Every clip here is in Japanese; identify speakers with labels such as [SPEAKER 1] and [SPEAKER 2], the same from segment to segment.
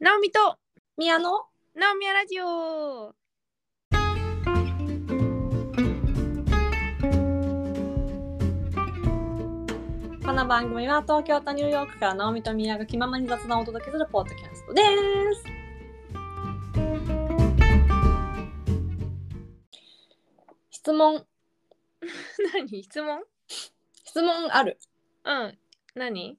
[SPEAKER 1] ナオミと
[SPEAKER 2] 宮野
[SPEAKER 1] ナオミヤラジオ
[SPEAKER 2] この番組は東京とニューヨークから直美と宮が気ままに雑談をお届けするポッドキャストです。質問、
[SPEAKER 1] 何質問
[SPEAKER 2] 質問ある。
[SPEAKER 1] うん何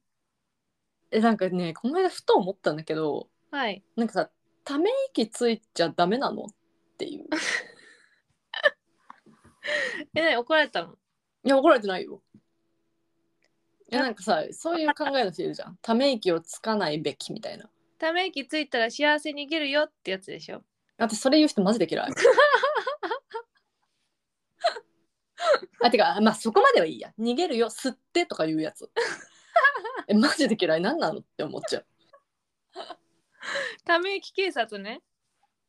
[SPEAKER 2] え、なんかね、この間ふと思ったんだけど、
[SPEAKER 1] はい
[SPEAKER 2] なんかさ、ため息ついちゃダメなのっていう。
[SPEAKER 1] え何怒られたの
[SPEAKER 2] いや、怒られてないよ。いや、なんかさ、そういう考えの人いるじゃん。ため息をつかないべきみたいな。
[SPEAKER 1] ため息ついたら幸せに生きるよってやつでしょ
[SPEAKER 2] 私それ言う人マジで嫌い。あてかまあそこまではいいや逃げるよ吸ってとか言うやつえマジで嫌い何なのって思っちゃう
[SPEAKER 1] ため息警察ね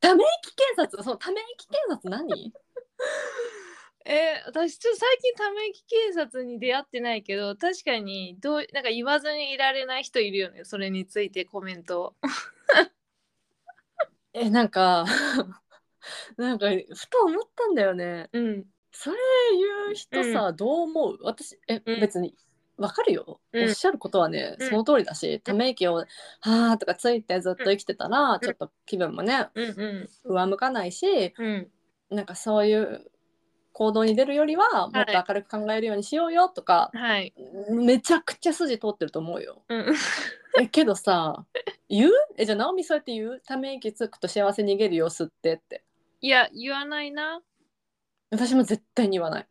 [SPEAKER 2] ため息検察そのため息検察何
[SPEAKER 1] えー私ちょっと最近ため息警察に出会ってないけど確かにどうなんか言わずにいられない人いるよねそれについてコメントを
[SPEAKER 2] えなんかなんかふと思ったんだよね
[SPEAKER 1] うん
[SPEAKER 2] それ言う人さ、どう思う私え、
[SPEAKER 1] うん
[SPEAKER 2] 別にわかるよ、
[SPEAKER 1] うん
[SPEAKER 2] おっしゃることはね、
[SPEAKER 1] うん
[SPEAKER 2] その通りだしため息を「はあ」とかついてずっと生きてたら、ちょっと気分もね
[SPEAKER 1] うんう
[SPEAKER 2] 上向かないし
[SPEAKER 1] んうん
[SPEAKER 2] なんかそういう行動に出るよりはもっと明るく考えるようにしようよとか、
[SPEAKER 1] はい
[SPEAKER 2] めちゃくちゃ筋通ってると思うよ。
[SPEAKER 1] うん
[SPEAKER 2] えけどさ 言うえじゃあ直美そうやって言うため息つくと幸せ逃げるよ吸ってって
[SPEAKER 1] いや言わないな
[SPEAKER 2] 私も絶対に言わない。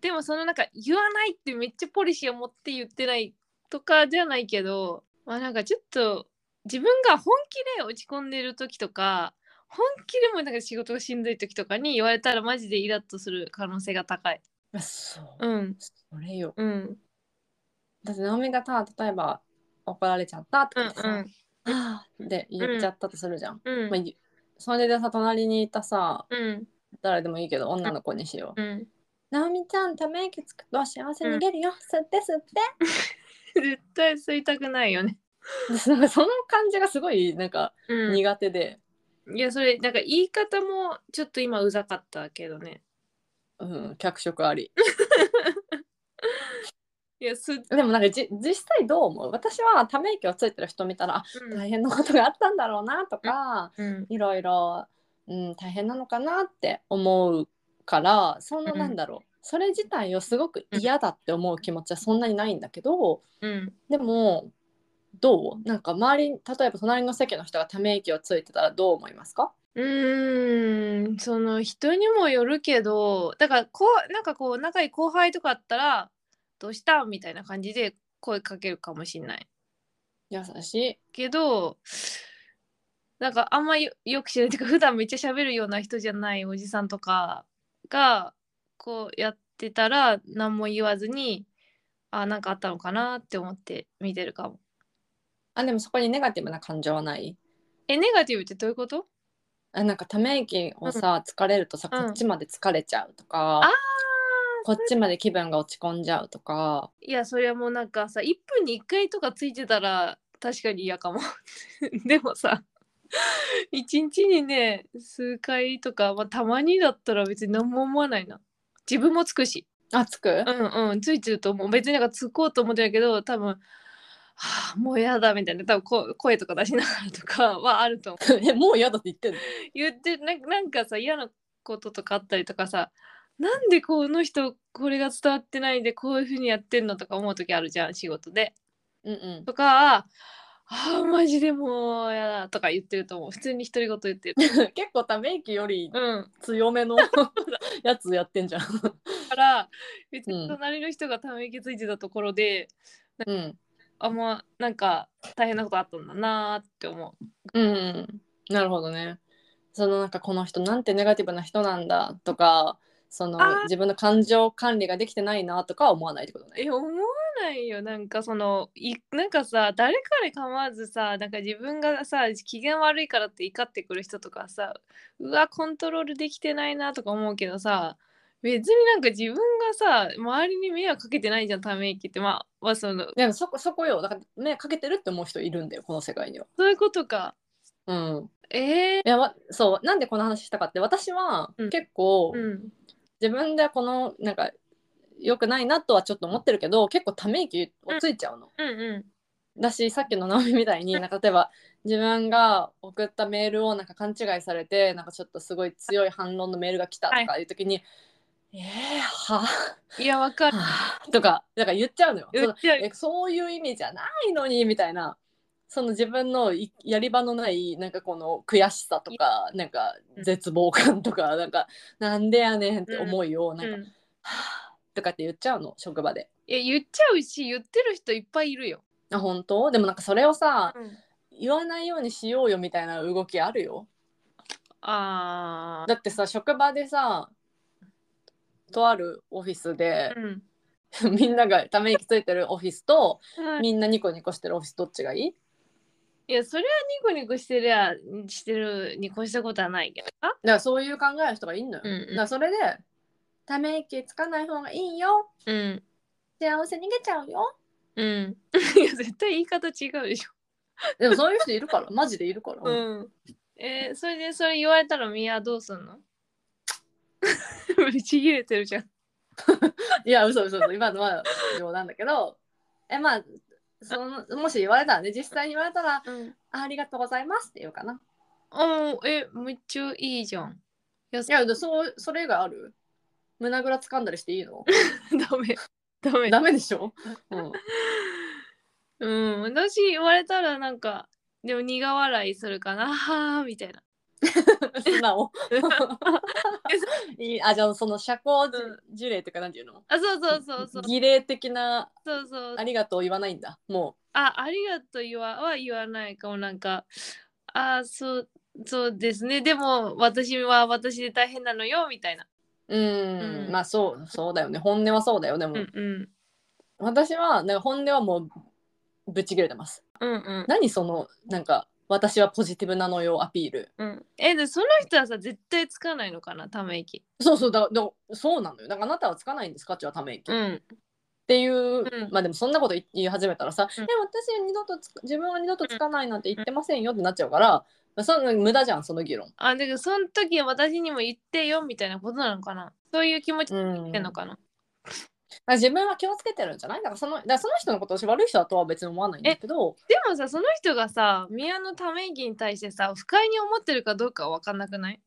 [SPEAKER 1] でもそのなんか言わないってめっちゃポリシーを持って言ってないとかじゃないけどまあなんかちょっと自分が本気で落ち込んでる時とか本気でもなんか仕事がしんどい時とかに言われたらマジでイラッとする可能性が高い。
[SPEAKER 2] あそう、
[SPEAKER 1] うん
[SPEAKER 2] それよ
[SPEAKER 1] うん
[SPEAKER 2] だって直美がさ例えば怒られちゃったと
[SPEAKER 1] う
[SPEAKER 2] か
[SPEAKER 1] ん
[SPEAKER 2] でさ
[SPEAKER 1] う
[SPEAKER 2] は
[SPEAKER 1] ん
[SPEAKER 2] あ」って言っちゃったとするじゃん。
[SPEAKER 1] うん
[SPEAKER 2] まあ、ゆそれでさ隣にいたさ
[SPEAKER 1] うん
[SPEAKER 2] 誰でもいいけど女の子にしよう。
[SPEAKER 1] うん
[SPEAKER 2] 直美ちゃんため息つくと幸せ逃げるよ、吸って吸って
[SPEAKER 1] 絶対吸いたくないよね。
[SPEAKER 2] 私 なんかその感じがすごいなんか
[SPEAKER 1] うん、い
[SPEAKER 2] 苦手で、
[SPEAKER 1] やそれなんか言い方もちょっと今うざかったけどね。
[SPEAKER 2] うん脚色あり
[SPEAKER 1] いやす、うん、
[SPEAKER 2] でもなんかじ実際どう思う私はため息をついてる人見たらあ大変なことがあったんだろうなとか、
[SPEAKER 1] うん
[SPEAKER 2] いろいろ、うん、大変なのかなって思うからその
[SPEAKER 1] うん
[SPEAKER 2] なんだろう、それ自体をすごく嫌だって思う気持ちはそんなにないんだけど
[SPEAKER 1] うん
[SPEAKER 2] でもどうなんか周りに例えば隣の席の人がため息をついてたらどう思いますか
[SPEAKER 1] うーん、その人にもよるけど、だからこう、なんかこう、仲いい後輩とかあったら、どうしたみたいな感じで声かけるかもしんない。
[SPEAKER 2] 優しい
[SPEAKER 1] けど、なんかあんまよよく知らないていうか、普段めっちゃ喋るような人じゃないおじさんとかが、こうやってたら、何も言わずに、あ、なんかあったのかなって思って見てるかも。
[SPEAKER 2] あでもそこにネガティブな感情はない
[SPEAKER 1] え、ネガティブってどういうこと
[SPEAKER 2] あなんかため息をさ、疲れるとさ
[SPEAKER 1] う
[SPEAKER 2] こ
[SPEAKER 1] ん
[SPEAKER 2] っちまで疲れちゃうとか、
[SPEAKER 1] あー
[SPEAKER 2] こっちまで気分が落ち込んじゃうとか
[SPEAKER 1] いやそれはもうなんかさ1分に1回とかついてたら確かに嫌かも でもさ1日にね数回とか、まあ、たまにだったら別に何も思わないな自分もつくし
[SPEAKER 2] あつく、
[SPEAKER 1] うんうんついてると思う別になんかつこうと思ってないけど多分はあもうやだみたいな多分こ声とか出しながらとかはあると思う
[SPEAKER 2] えもう嫌だって言ってんの
[SPEAKER 1] 言ってなんかなんかさ嫌なこととかあったりとかさなんでこの人これが伝わってないでこういうふうにやってんのとか思う時あるじゃん仕事で。
[SPEAKER 2] うんうん
[SPEAKER 1] とか「あーマジでもうやだ」とか言ってると思う普通に独り言言ってる
[SPEAKER 2] 結構ため息より
[SPEAKER 1] うん
[SPEAKER 2] 強めのやつやってんじゃん
[SPEAKER 1] だから別に隣の人がため息ついてたところで、
[SPEAKER 2] うん
[SPEAKER 1] あんまなんか大変なことあったんだなーって思う
[SPEAKER 2] うんうんなるほどねそのなんかこの人なんてネガティブな人なんだとかそ
[SPEAKER 1] あー
[SPEAKER 2] の自分の感情管理ができてないなとかは思わないってことね
[SPEAKER 1] え思わないよなんかそのいなんかさ誰かに構わずさなんか自分がさ機嫌悪いからって怒ってくる人とかさうわコントロールできてないなとか思うけどさ別になんか自分がさ周りに迷惑かけてないじゃんため息ってまあ、まあ、その
[SPEAKER 2] でもそこそこよだから目かけてるって思う人いるんだよこの世界には
[SPEAKER 1] そういうことか。
[SPEAKER 2] うん、
[SPEAKER 1] えー、
[SPEAKER 2] いやわそうなんでこの話したかって私は
[SPEAKER 1] うん
[SPEAKER 2] 結構、
[SPEAKER 1] うん。
[SPEAKER 2] 自分でこのなんか良くないなとはちょっと思ってるけど結構ため息をついちゃうの。
[SPEAKER 1] うんう
[SPEAKER 2] だしさっきの直美みたいになんか例えば自分が送ったメールをなんか勘違いされてなんかちょっとすごい強い反論のメールが来たとかいう時に「えー、は
[SPEAKER 1] ん。いや、わかる。
[SPEAKER 2] はとかなんか言っちゃうのよ。
[SPEAKER 1] 言っちゃう
[SPEAKER 2] えそういう意味じゃないのにみたいなその自分のいやり場のないなんかこの悔しさとかなんか絶望感とかなんかなんでやねんって思いをなんか、
[SPEAKER 1] うん、い
[SPEAKER 2] はあとかって言っちゃうの職場で。
[SPEAKER 1] や言っちゃうし言ってる人いっぱいいるよ。
[SPEAKER 2] あ本当でもなんかそれをさ
[SPEAKER 1] うん、
[SPEAKER 2] 言わないようにしようよみたいな動きあるよ。
[SPEAKER 1] あ
[SPEAKER 2] だってさ職場でさとあるオフィス
[SPEAKER 1] あ。
[SPEAKER 2] で、
[SPEAKER 1] うん。
[SPEAKER 2] みんながため息ついてるオフィスと
[SPEAKER 1] はい
[SPEAKER 2] みんなニコニコしてるオフィスどっちがいい
[SPEAKER 1] いやそれはニコニコしてりゃしてるに越したことはないけどな。
[SPEAKER 2] だからそういう考えの人がいんのよ。
[SPEAKER 1] うん
[SPEAKER 2] だからそれでため息つかない方がいいよ
[SPEAKER 1] うん
[SPEAKER 2] 幸せ逃げちゃうよ
[SPEAKER 1] うん。 いや絶対言い方違うでしょ。
[SPEAKER 2] でもそういう人い るからマジでいるから、
[SPEAKER 1] うん。えーそれでそれ言われたらミヤどうすんの 打ち切れてるじゃん。
[SPEAKER 2] いや嘘嘘嘘今のは冗談だけどえまあそのもし言われたらね実際に言われたら
[SPEAKER 1] うん。
[SPEAKER 2] あありがとうございますって言うかな
[SPEAKER 1] おーえめっちゃいいじゃん。いや
[SPEAKER 2] いやでそうそれ以外ある胸ぐら掴んだりしていい の
[SPEAKER 1] ダメダメ
[SPEAKER 2] ダメでしょ、うん、
[SPEAKER 1] うん、私言われたらなんか、でも苦笑いするかな、はあみたいな。
[SPEAKER 2] 素直いいあじゃあその社交じ
[SPEAKER 1] う
[SPEAKER 2] 事例とかなんていうの
[SPEAKER 1] あ、そうそうそう そう、
[SPEAKER 2] 儀礼的な
[SPEAKER 1] そうそう
[SPEAKER 2] あ。りがとう言わないんだも
[SPEAKER 1] あ、ありがとう言わは言わないかも、なんか、あ、そう、そうですね。でも、私は私で大変なのよ、みたいな。
[SPEAKER 2] ううん
[SPEAKER 1] うん
[SPEAKER 2] まあそうそうだよね本音はそうだよでも、
[SPEAKER 1] うんうん。
[SPEAKER 2] 私はなんか本音はもうぶち切れてます
[SPEAKER 1] うんうん
[SPEAKER 2] 何そのなんか私はポジティブなのよアピール
[SPEAKER 1] うん、えでその人はさ絶対つかないのかなため息
[SPEAKER 2] そうそうだだそうなのよだからあなたはつかないんですかちはため息、
[SPEAKER 1] う
[SPEAKER 2] っ
[SPEAKER 1] ん
[SPEAKER 2] ていう、
[SPEAKER 1] ん
[SPEAKER 2] まあでもそんなこと言言い始めたらさ、
[SPEAKER 1] うん
[SPEAKER 2] え私は二度とつ自分は二度とつかないなんて言ってませんよってなっちゃうから、まあその無駄じゃんその議論
[SPEAKER 1] あだけどその時私にも言ってよみたいなことなのかなそういう気持ち
[SPEAKER 2] う
[SPEAKER 1] で
[SPEAKER 2] ん、
[SPEAKER 1] 言ってん
[SPEAKER 2] だ
[SPEAKER 1] の
[SPEAKER 2] か
[SPEAKER 1] かな、
[SPEAKER 2] ら自分は気をつけてるんじゃないだからそのだからその人のことを悪い人だとは別に思わないんだけど
[SPEAKER 1] でもさその人がさ宮のため息に対してさ不快に思ってるかどうかは分かんなくない
[SPEAKER 2] い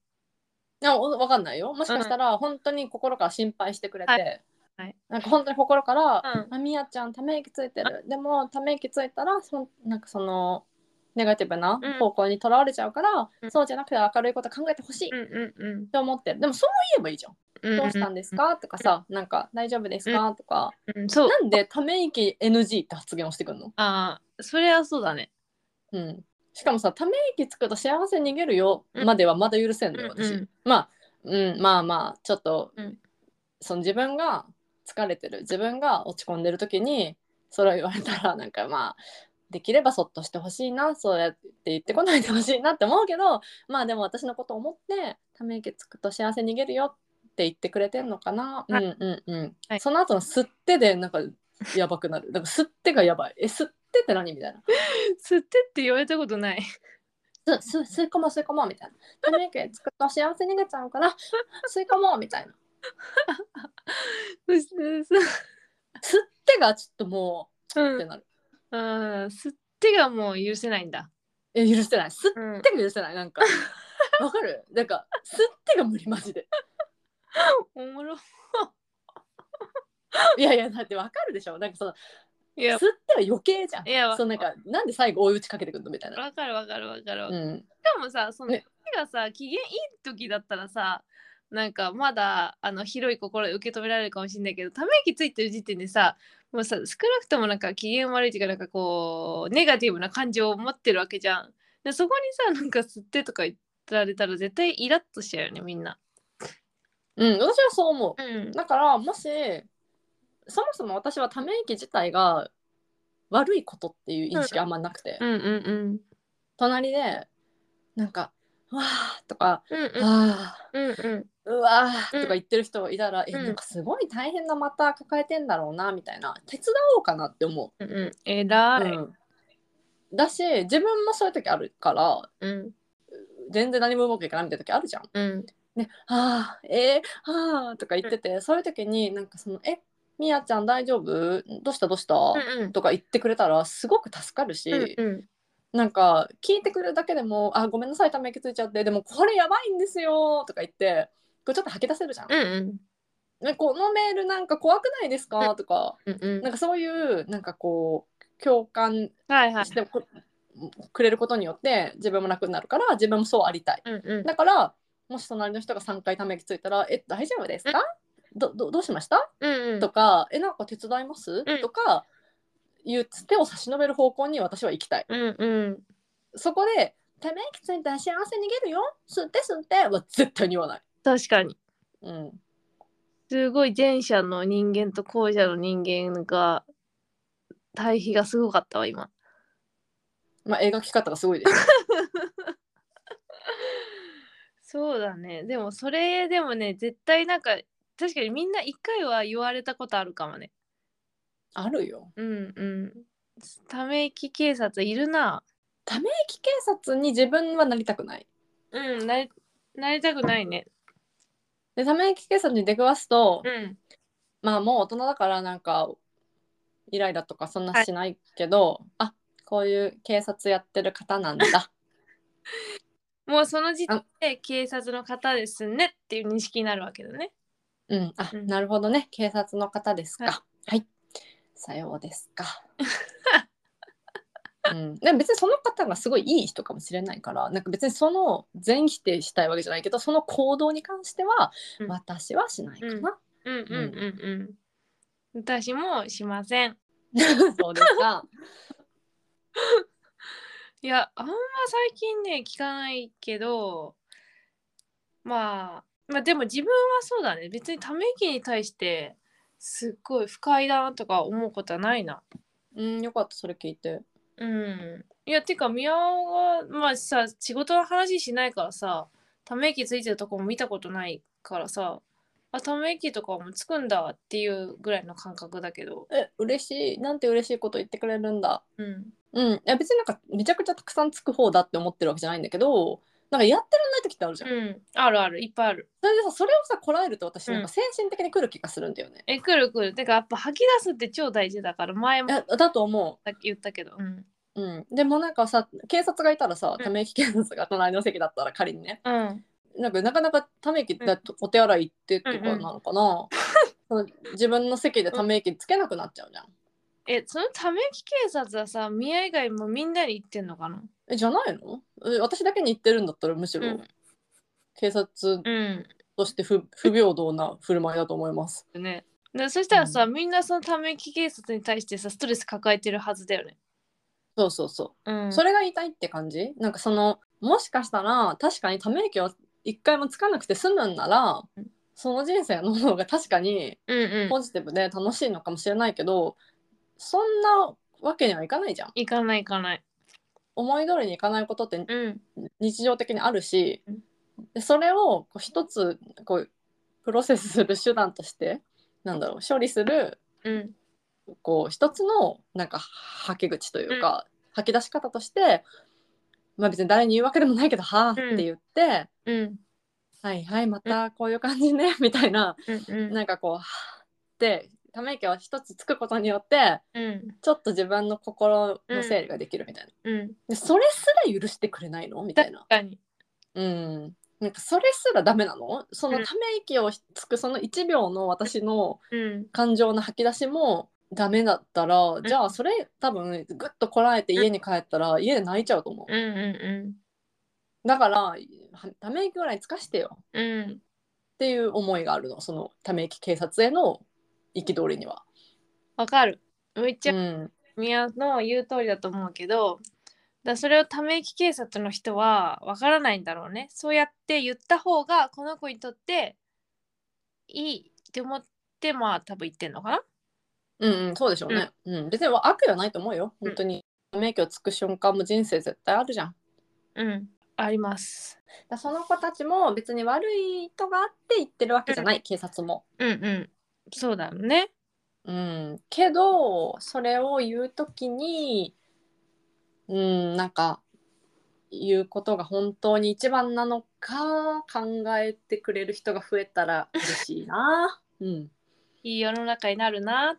[SPEAKER 2] やおわかんないよもしかしたら本当に心から心配してくれて、
[SPEAKER 1] はいはい
[SPEAKER 2] なんか本当に心から
[SPEAKER 1] うん
[SPEAKER 2] 「あみやちゃんため息ついてる」でもため息ついたらそんなんかそのネガティブな
[SPEAKER 1] うん
[SPEAKER 2] 方向にとらわれちゃうから、
[SPEAKER 1] うん
[SPEAKER 2] そうじゃなくて明るいこと考えてほしいっ
[SPEAKER 1] うんうんうん
[SPEAKER 2] て思ってるでもそう言えばいいじゃん「
[SPEAKER 1] うん
[SPEAKER 2] どうしたんですか?」とかさ「なんか大丈夫ですか?」とか
[SPEAKER 1] うんそう
[SPEAKER 2] なんでため息 NG って発言をしてくるの、
[SPEAKER 1] あーそれはそうだね
[SPEAKER 2] うん、しかもさため息つくと幸せ逃げるよ
[SPEAKER 1] うん
[SPEAKER 2] まではまだ許せんのよ
[SPEAKER 1] うんうん
[SPEAKER 2] 私。まあ、うん、まあまあちょっと、
[SPEAKER 1] うん
[SPEAKER 2] その自分が疲れてる自分が落ち込んでる時にそれを言われたらなんかまあできればそっとしてほしいなそうやって言ってこないでほしいなって思うけどまあでも私のこと思ってため息つくと幸せ逃げるよって言ってくれてんのかな、
[SPEAKER 1] はい
[SPEAKER 2] うんうんうん、
[SPEAKER 1] はい
[SPEAKER 2] その後の吸ってでなんかやばくなるだから吸ってがやばいえ吸ってって何みたいな
[SPEAKER 1] 吸ってって言われたことない
[SPEAKER 2] す、す、吸い込もう吸い込もうみたいな。ため息つくと幸せ逃げちゃうから、吸い込もうみたいな。
[SPEAKER 1] そしてさ
[SPEAKER 2] 吸ってがちょっともう、っ
[SPEAKER 1] う
[SPEAKER 2] て
[SPEAKER 1] ん
[SPEAKER 2] なる。
[SPEAKER 1] あー吸ってがもう許せないんだ
[SPEAKER 2] え、許せない。吸っ
[SPEAKER 1] うん
[SPEAKER 2] てが許せな い。なんか、わかるなんか、吸ってが無理マジで。
[SPEAKER 1] おもろ
[SPEAKER 2] いやいや、だってわかるでしょ。なんかその、
[SPEAKER 1] い
[SPEAKER 2] 吸
[SPEAKER 1] や
[SPEAKER 2] っては余計じゃん
[SPEAKER 1] い。やわ
[SPEAKER 2] そうなんか、なんで最後追い打ちかけてくるのみたいな。
[SPEAKER 1] わかるわかるわかるわか
[SPEAKER 2] う
[SPEAKER 1] る
[SPEAKER 2] ん。
[SPEAKER 1] でもさその
[SPEAKER 2] ね
[SPEAKER 1] 相手がさ機嫌いい時だったらさなんかまだあの広い心で受け止められるかもしれないけどため息ついてる時点でさもうさ少なくともなんか機嫌悪いっていうかなんかこうネガティブな感情を持ってるわけじゃんでそこにさなんか吸ってとか言られたら絶対イラッとしちゃうよねみんな
[SPEAKER 2] うん、私はそう思う。
[SPEAKER 1] うん
[SPEAKER 2] だから、もし、そもそも私はため息自体が悪いことっていう認識があんまなくて。
[SPEAKER 1] うんうんうん
[SPEAKER 2] 隣でなんか「わあ」とか
[SPEAKER 1] うん
[SPEAKER 2] 「ああ
[SPEAKER 1] うんうん
[SPEAKER 2] うわあ」
[SPEAKER 1] うん
[SPEAKER 2] とか言ってる人いたら、え
[SPEAKER 1] うん
[SPEAKER 2] なんかすごい大変なまた抱えてんだろうなみたいな手伝おうかなって思
[SPEAKER 1] うんうんえ
[SPEAKER 2] う、
[SPEAKER 1] ら
[SPEAKER 2] う
[SPEAKER 1] い
[SPEAKER 2] んだし自分もそういう時あるから
[SPEAKER 1] うん
[SPEAKER 2] 全然何もうまくいかないみたいな時あるじゃん。
[SPEAKER 1] うん
[SPEAKER 2] ね「あーえー、あー」とか言っててそういう時になんかその「えみやちゃん大丈夫どうしたどうした?」
[SPEAKER 1] うん
[SPEAKER 2] とか言ってくれたらすごく助かるし、
[SPEAKER 1] うん
[SPEAKER 2] なんか聞いてくれるだけでも「あごめんなさいため息ついちゃってでもこれやばいんですよ」とか言ってこうちょっと吐き出せるじゃん。
[SPEAKER 1] うんうん
[SPEAKER 2] ねこのメールなんか怖くないですかとか
[SPEAKER 1] うんうん
[SPEAKER 2] なんかそういうなんかこう共感
[SPEAKER 1] はいはい
[SPEAKER 2] してくくれることによって自分も楽になるから自分もそうありたい。
[SPEAKER 1] うんうん
[SPEAKER 2] だからもし隣の人が3回ため息ついたら「え大丈夫ですかどどどうしました?
[SPEAKER 1] うんうん」
[SPEAKER 2] とか「えなんか手伝います
[SPEAKER 1] うん
[SPEAKER 2] とか言う手を差し伸べる方向に私は行きたい。
[SPEAKER 1] うんうん
[SPEAKER 2] そこで「ため息ついたら幸せ逃げるよ吸って吸って」は絶対に言わない。
[SPEAKER 1] 確かに
[SPEAKER 2] うん、
[SPEAKER 1] すごい前者の人間と後者の人間が対比がすごかったわ今
[SPEAKER 2] まあ描き方がすご いです。
[SPEAKER 1] そうだねでもそれでもね絶対なんか確かにみんな一回は言われたことあるかもね
[SPEAKER 2] あるよ。
[SPEAKER 1] うんうんため息警察いるな
[SPEAKER 2] ため息警察に自分はなりたくない。
[SPEAKER 1] うんなりなりたくないね
[SPEAKER 2] でため息警察に出くわすと、
[SPEAKER 1] うん
[SPEAKER 2] まあもう大人だからなんかイライラとかそんなしないけど、あこういう警察やってる方なん だ
[SPEAKER 1] もうその時点で警察の方ですねっていう認識になるわけだね
[SPEAKER 2] うんあ、
[SPEAKER 1] うん
[SPEAKER 2] なるほどね警察の方ですかは、
[SPEAKER 1] はい
[SPEAKER 2] さようですか うん、でも別にその方がすごいいい人かもしれないからなんか別にその全否定したいわけじゃないけどその行動に関しては
[SPEAKER 1] うん
[SPEAKER 2] 私はしないかな、
[SPEAKER 1] うんうんうんうん私もしません
[SPEAKER 2] そうですか
[SPEAKER 1] いやあんま最近ね聞かないけどまあまあでも自分はそうだね別にため息に対してすっごい不快だなとか思うことはないな。
[SPEAKER 2] うんよかったそれ聞いて
[SPEAKER 1] うん、いやてか宮尾がまあさ仕事の話しないからさため息ついてるとこも見たことないからさあため息とかもつくんだっていうぐらいの感覚だけど、
[SPEAKER 2] え嬉しいなんて嬉しいこと言ってくれるんだ
[SPEAKER 1] うん、
[SPEAKER 2] うん、いや別になんかめちゃくちゃたくさんつく方だって思ってるわけじゃないんだけどなんかやってらんない時ってあるじゃん、
[SPEAKER 1] うんあるあるいっぱいある。
[SPEAKER 2] それでさそれをさこらえると私
[SPEAKER 1] うん
[SPEAKER 2] なんか精神的に来る気がするんだよね、
[SPEAKER 1] えくるくるてかやっぱ吐き出すって超大事だから前も
[SPEAKER 2] いやだと思
[SPEAKER 1] さっき言ったけど、うん、
[SPEAKER 2] う、うん、でもなんかさ警察がいたらさ
[SPEAKER 1] うん
[SPEAKER 2] ため息警察が隣の席だったら仮にね
[SPEAKER 1] うん、
[SPEAKER 2] なんかなかなかため息って
[SPEAKER 1] うん
[SPEAKER 2] お手洗い行ってとか
[SPEAKER 1] うんう
[SPEAKER 2] なんのかな、その自分の席でため息つけなくなっちゃうじゃん
[SPEAKER 1] えそのため息警察はさ宮以外もみんなに言ってんのかな
[SPEAKER 2] えじゃないのえ私だけに言ってるんだったらむしろ、
[SPEAKER 1] うん
[SPEAKER 2] 警察
[SPEAKER 1] うん
[SPEAKER 2] として不 不平等な振る舞いだと思います
[SPEAKER 1] ねでそしたらさ、みんなそのため息警察に対してさストレス抱えてるはずだよね
[SPEAKER 2] そうそうそう
[SPEAKER 1] うん
[SPEAKER 2] それが言いたいって感じなんかそのもしかしたら確かにため息を一回もつかなくて済むんなら
[SPEAKER 1] うん
[SPEAKER 2] その人生の方が確かに
[SPEAKER 1] うんうん
[SPEAKER 2] ポジティブで楽しいのかもしれないけどそんなわけにはいかないじゃん
[SPEAKER 1] 行かない行かない
[SPEAKER 2] 思い通りにいかないことって
[SPEAKER 1] うん
[SPEAKER 2] 日常的にあるし
[SPEAKER 1] うん
[SPEAKER 2] でそれをこう一つこうプロセスする手段としてなんだろう処理する
[SPEAKER 1] うん
[SPEAKER 2] こう一つのなんか吐き口というか、吐き出し方として、まあ、別に誰に言うわけでもないけど「はあ」って言って
[SPEAKER 1] うんうん
[SPEAKER 2] 「はいはいまたこういう感じね」みたいな
[SPEAKER 1] うん
[SPEAKER 2] なんかこう「はあ」ってため息を一つつくことによって
[SPEAKER 1] うん
[SPEAKER 2] ちょっと自分の心の整理ができるみたいな、
[SPEAKER 1] うん
[SPEAKER 2] でそれすら許してくれないのみたいな
[SPEAKER 1] 確。かに
[SPEAKER 2] うんなんかそれすらダメなのそのため息をつくその1秒の私の
[SPEAKER 1] うん
[SPEAKER 2] 感情の吐き出しもダメだったら、じゃあそれ多分ぐっとこらえて家に帰ったら、家で泣いちゃうと思
[SPEAKER 1] うんう
[SPEAKER 2] うだからはため息ぐらいつかしてよ
[SPEAKER 1] ん
[SPEAKER 2] っ
[SPEAKER 1] うんうん
[SPEAKER 2] ていう思いがあるのそのため息警察への憤りには、
[SPEAKER 1] わかるめっち
[SPEAKER 2] う
[SPEAKER 1] ゃ
[SPEAKER 2] ん、
[SPEAKER 1] 宮の言う通りだと思うけどだそれをため息警察の人はわからないんだろうねそうやって言った方がこの子にとっていいって思ってまあ多分言ってんのかな
[SPEAKER 2] うんうんそうでしょうね、うん別に悪意はないと思うよ本当に、ため息をつく瞬間も人生絶対あるじゃん
[SPEAKER 1] うんあります
[SPEAKER 2] だからその子たちも別に悪い意図があって言ってるわけじゃない、警察も
[SPEAKER 1] うんうんそうだよね
[SPEAKER 2] うん、けどそれを言う時にうんなんか言うことが本当に一番なのか考えてくれる人が増えたら嬉しいな。 うん、
[SPEAKER 1] いい世の中になるな。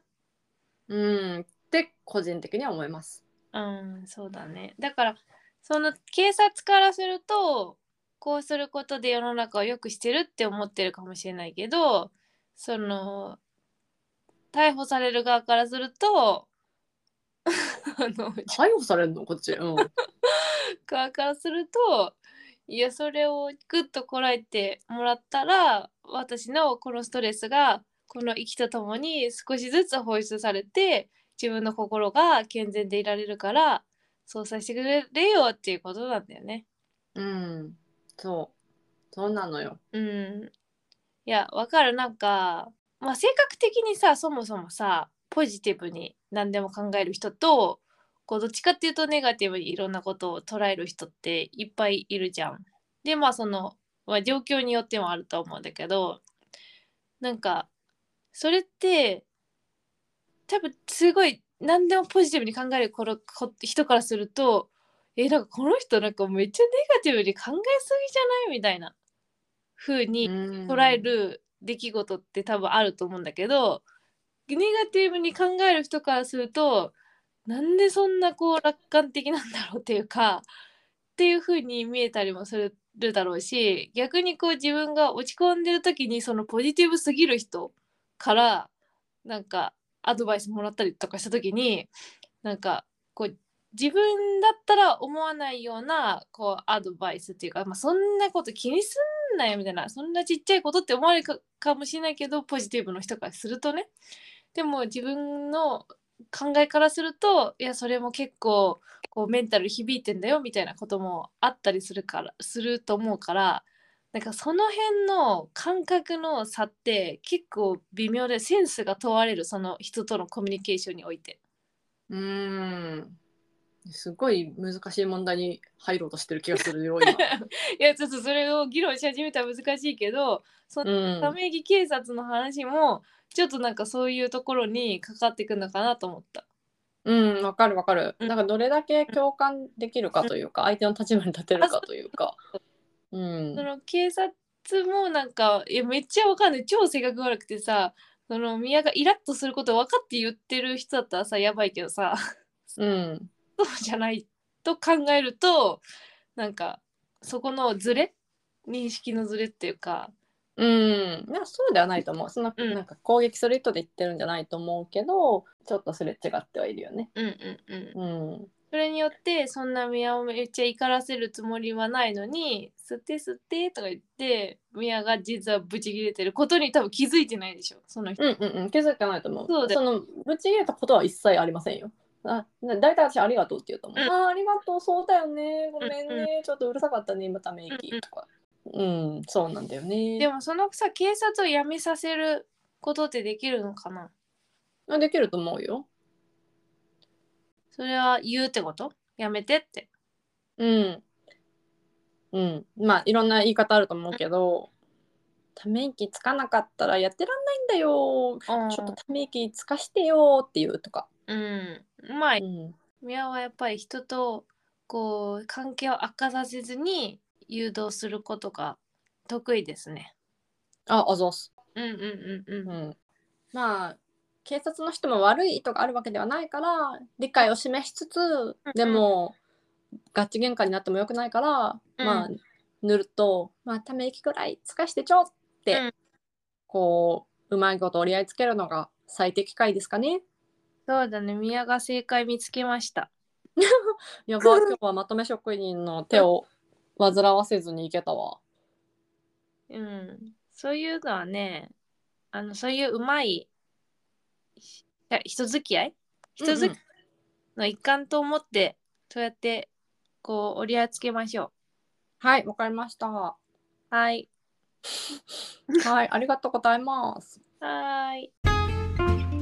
[SPEAKER 2] うんって個人的には思います。
[SPEAKER 1] うん、そうだね。だから、その警察からすると、こうすることで世の中を良くしてるって思ってるかもしれないけど、その、逮捕される側からすると、 あの、
[SPEAKER 2] 逮捕されるのこ っち。うん、
[SPEAKER 1] 側からするといやそれをグッとこらえてもらったら私のこのストレスがこの息とともに少しずつ放出されて自分の心が健全でいられるからそうさせてくれよっていうことなんだよね。
[SPEAKER 2] うん、そうそうなのよ。
[SPEAKER 1] うん。いやわかるなんか、まあ、性格的にさそもそもさポジティブに何でも考える人とこうどっちかっていうとネガティブにいろんなことを捉える人っていっぱいいるじゃん。でまあその、まあ、状況によってもあると思うんだけどなんかそれって多分すごい何でもポジティブに考えるこのこ人からするとえなんかこの人なんかめっちゃネガティブに考えすぎじゃないみたいな風に
[SPEAKER 2] 捉
[SPEAKER 1] 捉え。る出来事って多分あると思うんだけど、ネガティブに考える人からするとなんでそんなこう楽観的なんだろうっていうかっていう風に見えたりもするだろうし逆にこう自分が落ち込んでる時にそのポジティブすぎる人からなんかアドバイスもらったりとかした時になんかこう自分だったら思わないようなこうアドバイスっていうか、まあ、そんなこと気にすんなよみたいなそんなちっちゃいことって思われるかかもしれないけどポジティブの人からするとねでも自分の考えからするといやそれも結構こうメンタル響いてんだよみたいなこともあったりするからすると思うからなんかその辺の感覚の差って結構微妙でセンスが問われるその人とのコミュニケーションにおいて。
[SPEAKER 2] うん。すごい難しい問題に入ろうとしてる気がするよ 今。
[SPEAKER 1] いやちょっとそれを議論し始めたら難しいけどそのため息警察の話もちょっとなんかそういうところにかかってくるのかなと思った。
[SPEAKER 2] うん、わかるわかる。
[SPEAKER 1] うん
[SPEAKER 2] なんかどれだけ共感できるかというか、相手の立場に立てるかというか。うん
[SPEAKER 1] そ。の警察もなんかいやめっちゃわかんない超性格悪くてさその宮がイラッとすること分かって言ってる人だったらさやばいけどさ
[SPEAKER 2] うん。
[SPEAKER 1] そうじゃないと考えるとなんかそこのズレ認識のズレっていうか
[SPEAKER 2] うん。いや、そうではないと思う。そんな、
[SPEAKER 1] うん
[SPEAKER 2] なんか攻撃する人で言ってるんじゃないと思うけど、ちょっとすれ違ってはいるよね。
[SPEAKER 1] うんうんうん
[SPEAKER 2] うん。
[SPEAKER 1] それによってそんな宮をめっちゃ怒らせるつもりはないのに「吸って吸って」とか言って宮が実はブチギレてることに多分気づいてないでしょその人。
[SPEAKER 2] うんうんうん。気づかないと思う。
[SPEAKER 1] そうだよ
[SPEAKER 2] の、ぶち切れたことは一切ありませんよ。あだいたい私ありがとうって言うと思う。
[SPEAKER 1] うん
[SPEAKER 2] ああ、ありがとう、そうだよね。ごめんね。
[SPEAKER 1] うん
[SPEAKER 2] ちょっとうるさかったね、今ため息とか。うん、そうなんだよね。
[SPEAKER 1] でもそのさ警察を辞めさせることってできるのかな
[SPEAKER 2] も、できると思うよ。
[SPEAKER 1] それは言うってこと辞めてって。
[SPEAKER 2] うん。うん。まあ、いろんな言い方あると思うけど、ため息つかなかったらやってらんないんだよ。
[SPEAKER 1] うん
[SPEAKER 2] ちょっとため息つかしてよっていうとか。
[SPEAKER 1] うん、まあ
[SPEAKER 2] うん。
[SPEAKER 1] 宮はやっぱり人とこう関係を悪化させずに誘導することが得意ですね。
[SPEAKER 2] あ、あざっす。
[SPEAKER 1] うんうんうん
[SPEAKER 2] う
[SPEAKER 1] うん。
[SPEAKER 2] ん。まあ、警察の人も悪い意図があるわけではないから、理解を示しつつ、でも、ガチ喧嘩になってもよくないから、
[SPEAKER 1] うん
[SPEAKER 2] まあ、塗ると、まあ、ため息くらいつかしてちょって、
[SPEAKER 1] うん
[SPEAKER 2] こう、うまいこと折り合いつけるのが最適解ですかね。
[SPEAKER 1] そうだね宮が正解見つけました。
[SPEAKER 2] や ば、今日はまとめ職員の手を煩わせずにいけたわ。
[SPEAKER 1] うん、そういうのはねあのそういううまいひ人付き合い人付き合いの一環と思って、そうやってこう折り合いつけましょ
[SPEAKER 2] はい、わかりました。は
[SPEAKER 1] う。はい。
[SPEAKER 2] い、ありがとうございます。
[SPEAKER 1] はーい。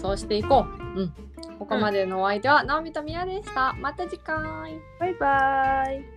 [SPEAKER 2] そうしていこう。うん。ここまでのお相手は、直美とみやでした。また次回。
[SPEAKER 1] バイバーイ。